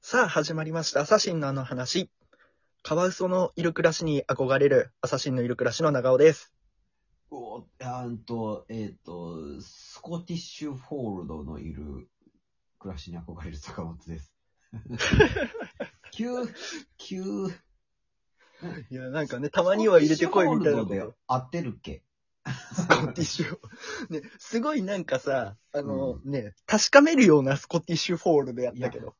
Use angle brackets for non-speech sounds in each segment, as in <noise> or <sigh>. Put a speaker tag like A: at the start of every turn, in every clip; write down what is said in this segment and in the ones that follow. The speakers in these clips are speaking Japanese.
A: さあ、始まりました。アサシンのあの話。カワウソのいる暮らしに憧れる、アサシンのいる暮らしの長尾です。
B: おあんと、えっ、と、スコティッシュフォールドのいる暮らしに憧れる坂本です。急、急。
A: いや、なんかね、たまには入れてこいみたいな
B: スコ
A: こ
B: ティッシュフォールド
A: と
B: で。合ってるっけ
A: スコティッシュ。ね、すごいなんかさ、あの、ね、確かめるようなスコティッシュフォールでやったけど。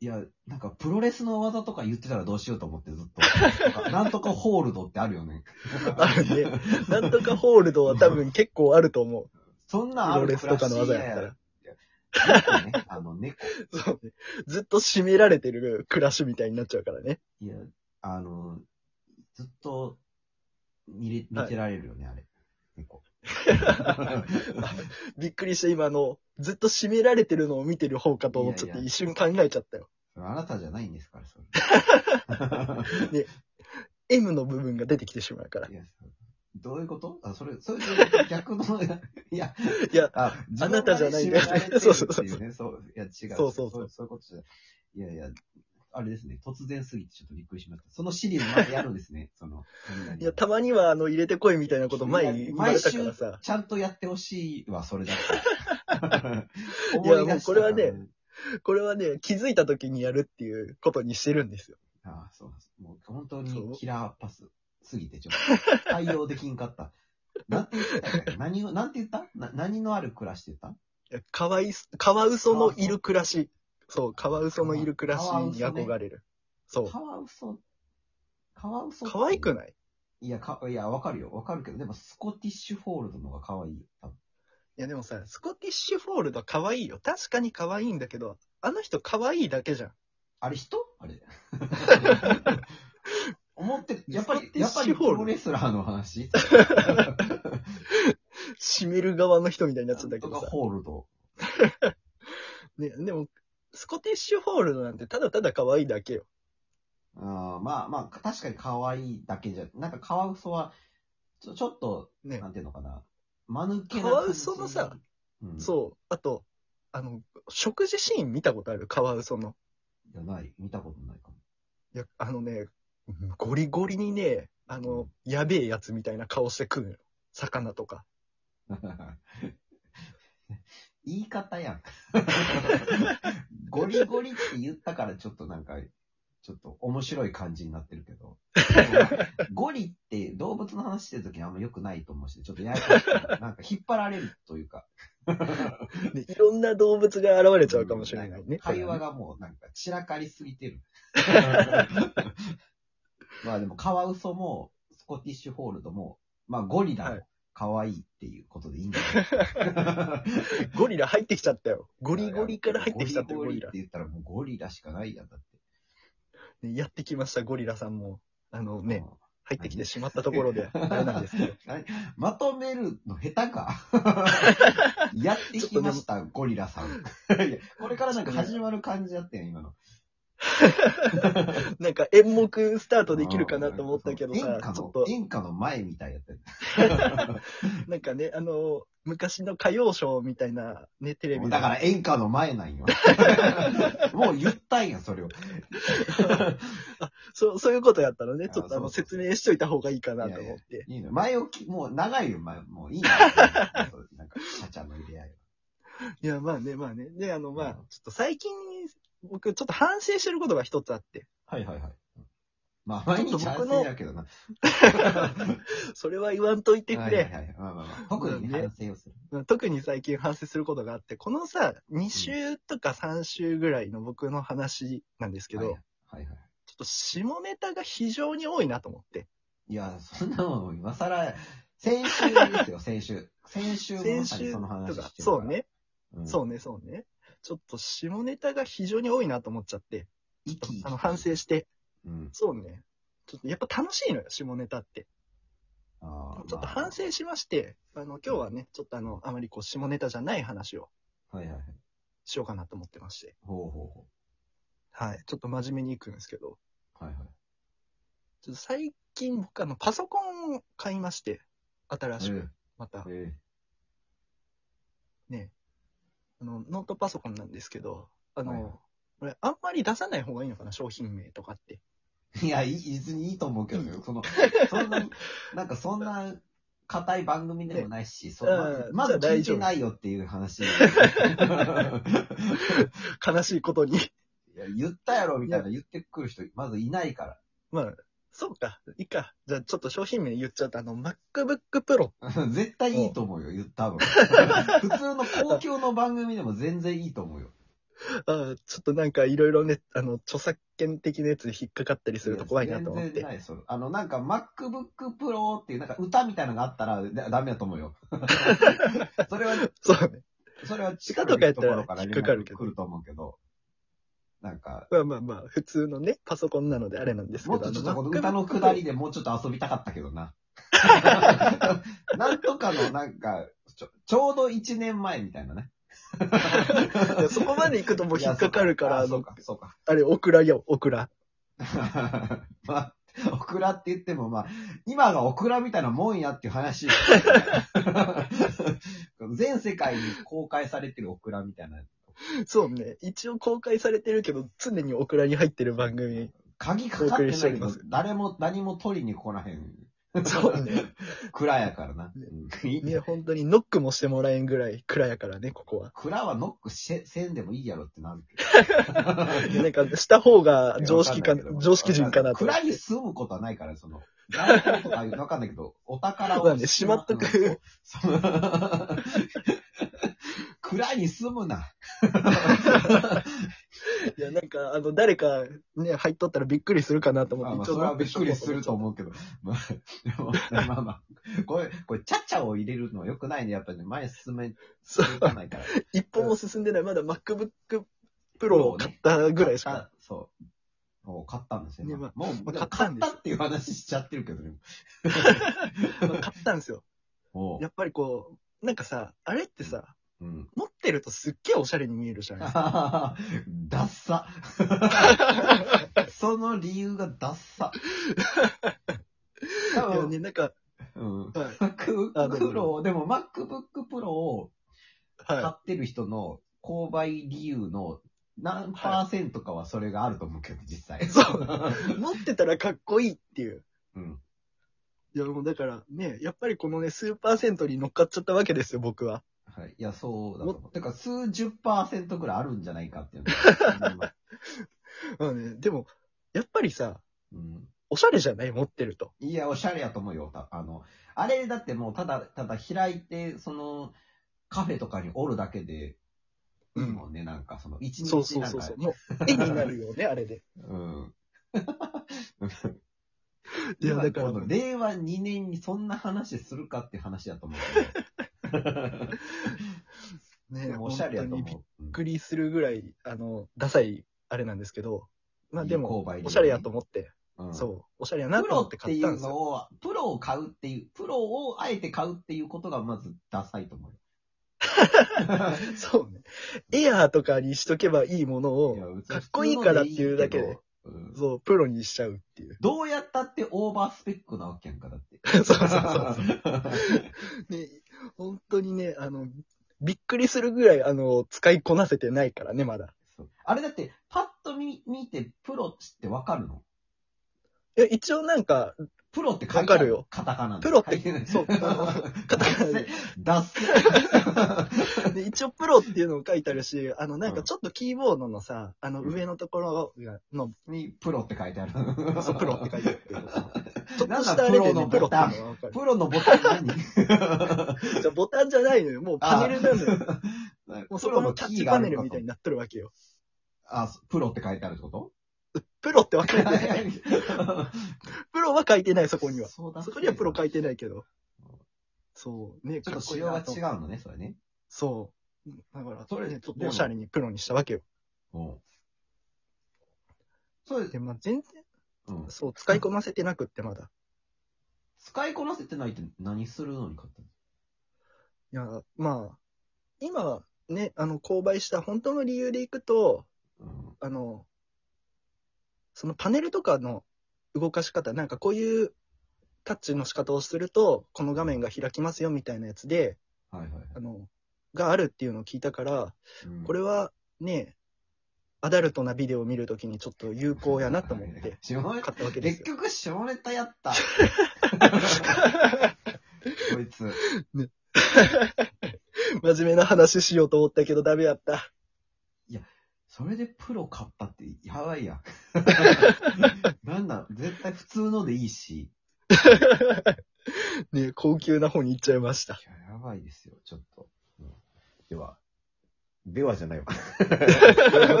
B: いや、なんかプロレスの技とか言ってたらどうしようと思ってずっと。なんかなんとかホールドってあるよね。
A: あるね。なんとかホールドは多分結構あると思
B: そ
A: う。
B: ん
A: プ
B: なんあ
A: ロ
B: る
A: レスとかの技やったら。
B: 暮らしや猫ね、あの猫。
A: そうね。ずっと締められてる暮らしみたいになっちゃうからね。
B: いや、あの、ずっと見れ見てられるよね、あれ。
A: <laughs>
B: 猫。
A: びっくりした今あの、ずっと締められてるのを見てる方かと思っちゃっ
B: いや
A: て
B: いや
A: 一瞬考えちゃったよ。
B: それあなたじゃないんですから、それ。
A: M の部分が出てきてしまうから <laughs>
B: い。やそうどういうことあ、それ、それ逆の、いや、
A: いや、
B: あ、
A: あなたじゃないんだ
B: 自分が知られてるってい
A: そうそうそう
B: うね。そう、いや、違う。
A: そうそうそう
B: そう。そういうことじゃない。いやいや、あれですね、突然すぎてちょっとびっくりしました。そのシリーズまでやるんで
A: <laughs>
B: すね、その、
A: いや、たまにはあの、入れてこいみたいなこと前に言われたからさ。
B: ちゃんとやってほしいわ、それだ <laughs> って。
A: <laughs> いやもうこれはね
B: 思い出したから
A: これはね、気づいた時にやるっていうことにしてるんですよ。
B: ああ、そうなんです。もう本当
A: そう
B: にキラーパスすぎて、ちょっ
A: <laughs>
B: と対応できんかった。なんて言ったっけ何を、なんて言ったな何のある暮らしって言っ
A: いやかわいす、かわうそのいる暮らし。そう、かわうそのいる暮らしに
B: カワウソね
A: 憧れる。そ
B: たカワウソ。カワウソ
A: う。かわいく
B: い
A: ない
B: いや、か、いや、わかるよ。わかるけど、でもスコティッシュフォールドの方が可愛いよ。多分
A: いや、でもさ、スコティッシュフォールドかわいいよ。確かにかわいいんだけど、あの人かわいいだけじゃん。
B: あれ人あれ。 <laughs> 思って、やっぱ
A: ス
B: り
A: コ、ティッ
B: やっぱ
A: シュ
B: りプ
A: フォールド
B: ロレスラーの話
A: 締める側の人みたいになっちゃったけ
B: と
A: ど
B: か
A: さ。
B: ホールド。
A: ね、でも、スコティッシュフォールドなんてただただかわいいだけよ。
B: うんまあまあ、確かに可愛いだけじゃ、なんかカワウソは、ちょちょっと、
A: ね
B: <laughs> なんていうのかな。間抜け
A: カ
B: な感じ。
A: ワウソのさ
B: うん、
A: そう。あと、あの、食事シーン見たことあるカワウソの。
B: いや、ない。見たことないかも。
A: いや、あのね、ゴリゴリにね、あの、やべえやつみたいな顔して食うのよ。魚とか。
B: <laughs> 言い方やん。 <laughs> ゴリゴリって言ったからちょっとなんか、ちょっと面白い感じになってるけど。ゴリって動物の話してるときあんま良くないと思うし、ちょっとややこしいからなんか引っ張られるというか。
A: で、いろんな動物が現れちゃうかもしれないね。
B: 会話がもうなんか散らかりす
A: <laughs>
B: ぎてる。まあでもカワウソもスコティッシュホールドも、まあゴリラ
A: は
B: も
A: い
B: 可愛いっていうことでいいんじゃない
A: ゴリラ入ってきちゃったよ。 <laughs> ゴリゴリから入ってきちゃったよ、ゴリ
B: ゴ
A: ラ
B: リゴリって。言ったらもうゴリラしかないやんだって。
A: ねやってきました、ゴリラさんも。あのね、
B: あ
A: 入ってきてしまったところ <laughs> で、
B: 何
A: あれなんですけど。
B: ー。何まとめるの下手
A: <laughs>
B: かやってきました、ゴリラさん。いやこれからなんか始まる感じだったよ、今の。
A: なんか演目スタートできるかなと思ったけど
B: 演
A: さ
B: 歌、
A: ちょ
B: の
A: っと、、
B: 演歌の前みたいやったよ。
A: なんかね、あの、昔の歌謡ショーみたいなね、テレビ、
B: だからら演歌の前な
A: <laughs>
B: んよ。もう言ったんや、それを。
A: そう、そういうことやったらね、ちょっとあの、
B: あそう
A: 説明しといた方がいいかなと
B: いや
A: 思
B: い
A: って。
B: いいの前をき、もう長いよ、前。もういいな。そうなんか、シャチャの入れ合いは。
A: いや、まあね、まあね。で、あの、ま
B: う
A: あ
B: ん、
A: ちょっと最近、僕、ちょっと反省してることが一つあって、 <laughs>
B: はいはいはい。まあ、毎日
A: ちょっと僕
B: 反
A: の
B: 省やけどな。
A: それは言わんといてく
B: はいはい
A: れ。
B: はいまあまあまあ特に
A: ま
B: ね
A: あね
B: 反省をする。
A: 特に最近反省することがあって、このさ、2週とか3週ぐらいの僕の話なんですけど、
B: はいはいはい。
A: ちょっと下ネタが非常に多いなと思って。
B: いや、そんなもん、今更、先週ですよ、先週。先
A: 先
B: 週もまさに
A: 週
B: その話
A: と
B: してるから
A: か、。そうね、
B: ん。
A: そうね、そうね。ちょっと下ネタが非常に多いなと思っちゃって、
B: 生き生き。
A: あの、反省して、
B: うん。
A: そうね。ちょっとやっぱ楽しいのよ、下ネタって。
B: ちょ
A: ちょっと反省しまして、あの、今日はね、ちょっとあの、あまりこう、下ネタじゃない話を
B: はいはいはい。
A: しようかなと思ってまして。
B: ほうほうほ
A: はい。ちょっと真面目に行くんですけど、
B: う。はいはい。
A: ちょっと最近僕あの、パソコンを買いまして、新し
B: え
A: く、また
B: え、え
A: ね、あの、ノートパソコンなんですけど、あの、
B: はいはい
A: これ、あんまり出さない方がいいのかな、商品名とかって。
B: いや、いい別にいいと思うけどね、その、そんなに、なんかそんな、硬い番組でもないし、そ
A: うん
B: まず
A: じゃあ
B: 聞
A: 大丈夫
B: いてないよってい
A: <laughs>
B: う話。い
A: 悲しいことに。 <laughs>
B: や言ったやろみたいな言ってくる人、まずいないから。
A: まあ、そうか、いいか。じゃあ、ちょっと商品名言っちゃうと、あの、MacBook Pro。
B: <laughs> 絶対いいと思うよ、言ったの。 <laughs> 普通の公共の番組でも全然いいと思うよ。
A: ああちょっとなんか、いろいろね、あの、著作権的なやつで引っかかったりすると怖いなと思っ
B: 全然
A: て。
B: ない、それ。あの、なんか MacBook Pro っていう、なんか歌みたいなのがあったらだダメだと思
A: <laughs>
B: うよ。それは、
A: そうね。
B: それは
A: 歌とかやったら引っかかるけど
B: 来ると思うけど。なんか、
A: まあまあまあ、普通のね、パソコンなのであれなんですけ
B: も
A: ど。
B: っとちょっと
A: あ
B: こ
A: の
B: の
A: MacBook
B: 歌のくだりでもうちょっと遊びたかったけど
A: <laughs>
B: な。なんとかのなんかちょ、ちょうど1年前みたいなね。
A: Pro いやそこまで行くともう引っかかるから、あ
B: そう
A: の
B: か、、そうか。
A: あれ、オクラよ、オクラ。
B: <laughs> まあ、オクラって言っても、まあ、今がオクラみたいなもんやってい
A: <laughs>
B: う話。全世界に公開されてるオクラみたいな。
A: そうね。一応公開されてるけど、常にオクラに入ってる番組。
B: 鍵かかってない
A: お送りしてお
B: け
A: りま
B: ど
A: す、
B: 誰も、何も取りに来なへん。
A: そうね。
B: <laughs> 蔵やからな。
A: ね、本当にノックもしてもらえんぐらい暗やからね、こ
B: <laughs>
A: こは。
B: 蔵はノックせせんでもいいやろってなるけ
A: いやなんか、した方が
B: ど。
A: 常識か
B: わんないけ、ど
A: 常識人かなと。
B: 蔵に住むことはないから、その、財宝とかわかんないけど、 <laughs> お宝
A: まあ
B: を
A: ねしまっとく
B: うんそう <laughs> 蔵に住むな。
A: いや、なんか、あの、誰かね、入っとったらびっくりするかなと思
B: まあ
A: っ
B: まあ、
A: て、
B: それはびっくりすると
A: 思
B: 思うけど。まあ、でも <laughs> まあまあ、これ、これ、ちゃちゃを入れるのは良くないね。やっぱりね、前進め、
A: そう。
B: 進まないから。
A: 一歩も進んでない。まだ MacBook Pro を買ったぐらいし
B: 買っ
A: か。
B: た。そう。もう買ったんですよ。
A: ね
B: も
A: まあ
B: う、
A: まあ買
B: 買
A: ったんで
B: った
A: す
B: っていう話しちゃってるけどね。
A: まあ買ったん
B: <laughs>
A: ですよ。
B: も
A: やっぱりこう、なんかさ、あれってさ、
B: う。うん。 <laughs>
A: 持ってるとすっげえおしゃれに見えるじゃないですか。
B: ダッ
A: <laughs>
B: サ。その理由がダ
A: <laughs>
B: ッサ。多
A: いや
B: 分、
A: ね、なんか、
B: うん。
A: はい。あで
B: MacBook
A: も
B: Pro、でも MacBook Pro を買
A: は
B: ってる人の購買理由の何パーセントかはそれがあると思うけど、実際。
A: い。 <laughs> そう。持ってたらかっこいいっていう。
B: <laughs> うん。
A: いや、もうだからね、やっぱりこのね、数パーセントに乗っかっちゃったわけですよ、僕は。
B: はい。いや、そうだと思う。てか、数十パーセントぐらいあるんじゃないかっ
A: <laughs>
B: ていうの
A: うんね、でも、やっぱりさ、
B: うん
A: おしゃれじゃない持ってると。
B: いや、おしゃれやと思うよ。たあの、あれだってもう、ただ、ただ開いて、その、カフェとかにおるだけで、いいもんね、なんか、その、一
A: そう
B: 日
A: そう
B: なん
A: そう
B: か
A: そう。、もう、絵になるよね、あれで。
B: うん。
A: <laughs> いや、だか
B: 今
A: ら、
B: この令和2年にそんな話するかって話やと思うけど。
A: <laughs>
B: で
A: ね、
B: もおしゃれや
A: 本
B: と
A: 当にびっ
B: 思う。
A: くりするぐらい、あの、ダサい、あれなんですけど、まあでも、
B: も
A: おしゃれやと思って、
B: うん
A: そう、おしゃれやな
B: プ
A: と
B: ロ
A: 思っ
B: ってて
A: 買っ
B: い
A: たんで
B: う
A: すよ。
B: のを、プロを買うっていう、プロをあえて買うっていうことがまずダサいと思
A: <laughs>
B: うよ。
A: そうね。エアーとかにしとけばいいもの
B: いや
A: を、
B: 別に
A: かっこいいからっていうだけで
B: 普通のでいいけど。うん
A: そう、プロにしちゃうって <laughs> いう。
B: どうやったってオーバースペックなわけやんか、だって。
A: そうそうそう。ね、本当にね、あの、びっくりするぐらい、あの、使いこなせてないからね、まだ。
B: <laughs> そうあれだって、パッと見見てプロってわかるの
A: いや、一応なんか、
B: プロって書いてあ
A: わかるよ
B: カタカナで。
A: プロっ
B: 書いてな
A: て、
B: い
A: そう、あのカタカナで。
B: ダッセ。
A: で一応プロっていうのを書いてあるし、あの、なんかちょっとキーボードのさ、あの、
B: うん
A: 上のところがの、
B: にプロって書いてある。
A: そう、プロって書いてあるけど <laughs> ちょっと
B: なんだ
A: したあれでね、
B: プ
A: プロ
B: ロのボ
A: って
B: タン
A: いうのはわかる。
B: プロのボタン何
A: じゃあボタンじゃないのよ、もうパネルなのよ。 <laughs> もうそこのタッチパネルみたいに
B: な。
A: なっとるわけよ。
B: あ、そうプロって書いてあるってこと
A: プロってわかんない。プロは書いて <laughs> ない、そこには。
B: そうだ
A: そこにはプロ書いてないけど
B: うん。
A: そう、ね、
B: ちょっ
A: か
B: と
A: っこ
B: 仕
A: いい
B: 様
A: な
B: が
A: と
B: 違うのね、それね。
A: そう。だから、
B: それ
A: ね、ちょっ
B: で
A: と
B: も
A: おしゃれにプロにしたわけよ。
B: うん。それ、
A: で、まあ、全然、
B: うん。
A: そう、使いこなせてなくって、まだ。
B: 使いこなせてないって何するのに買ったの
A: いや、まあ、今、ね、あの、購買した本当の理由でいくと、
B: うん
A: あの、そのパネルとかの動かし方、なんかこういうタッチの仕方をすると、この画面が開きますよみたいなやつで、
B: はいはいはい。
A: あの、があるっていうのを聞いたから、
B: うん
A: これはね、アダルトなビデオを見るときにちょっと有効やなと思って。
B: <laughs> 下ネタ
A: 買ったわけです
B: 結
A: よ。
B: 局、下ネタやった。 <laughs> こいつ。
A: <laughs> 真面目な話しようと思ったけどダメやった。
B: それでプロ買ったって、やば <laughs> いやん。なんだ、絶対普通のでいいし。
A: ね高級な方に行っちゃいま
B: <laughs>
A: した。
B: いや、やばいですよ、ちょっと。うんでは。ではじゃないわ。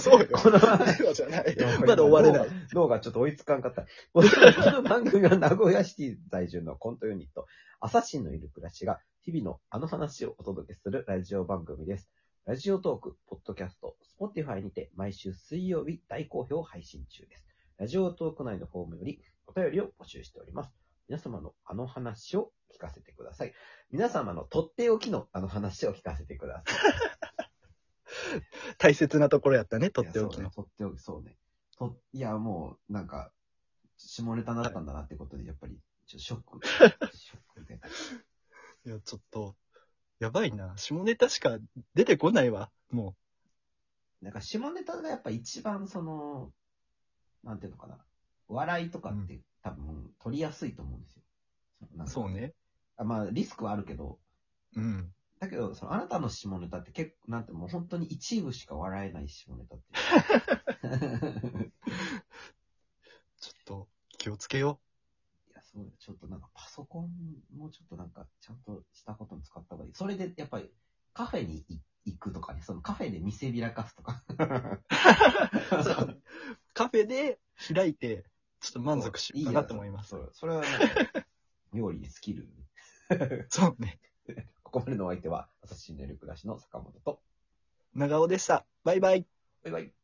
A: そうよ
B: この
A: ではじゃない。まだ終われない。
B: 脳がちょっと追いつか
A: <laughs>
B: んかった。この番組は名古屋シティ在住のコントユニット、アサシンのいる暮らしが、日々のあの話をお届けするラジオ番組です。ラジオトーク、ポッドキャスト、スポティファイにて毎週水曜日大好評配信中です。ラジオトーク内のフォームよりお便りを募集しております。皆様のあの話を聞かせてください。皆様のとっておきのあの話を聞かせてください。
A: 大切なところやったね、とっておき
B: いや
A: の。
B: そうねとっておき、そうね。と、いや、もう、なんか、下ネタだったんだなってことで、やっぱり、ちょショッ
A: <laughs>
B: ク。ショックで。
A: いや、ちょっと、やばいな。下ネタしか出てこないわ、も
B: なんか、下ネタがやっぱ一番、その、なんていうのかな。笑いとかって、多分、取りやすいと思うんですよ。な
A: う。
B: んか
A: そう。ね。
B: あまあ、リスクはあるけど、
A: うん。
B: だけど、その、あなたの下ネタって結構、なんて、もう本当に一部しか笑えない下ネタって
A: <laughs>
B: いう。
A: ちょっと、気をつけよ
B: いや、そうだちょっとなんかパソコンもちょっとなんかちゃんとしたことに使った方がいい。それでやっぱりカフェにい行くとかね、そのカフェで見せびらかすとか。 <laughs>
A: う。カフェで開いて、ちょっと <laughs> 満足しようかなと思います。
B: いいやそ
A: <laughs>
B: それはなんか、料理にスキル。
A: そうね。
B: ここまでのお相手は、朝日新の夜暮らしの坂本と。
A: 長尾でした。バイバイ。
B: バイバイ。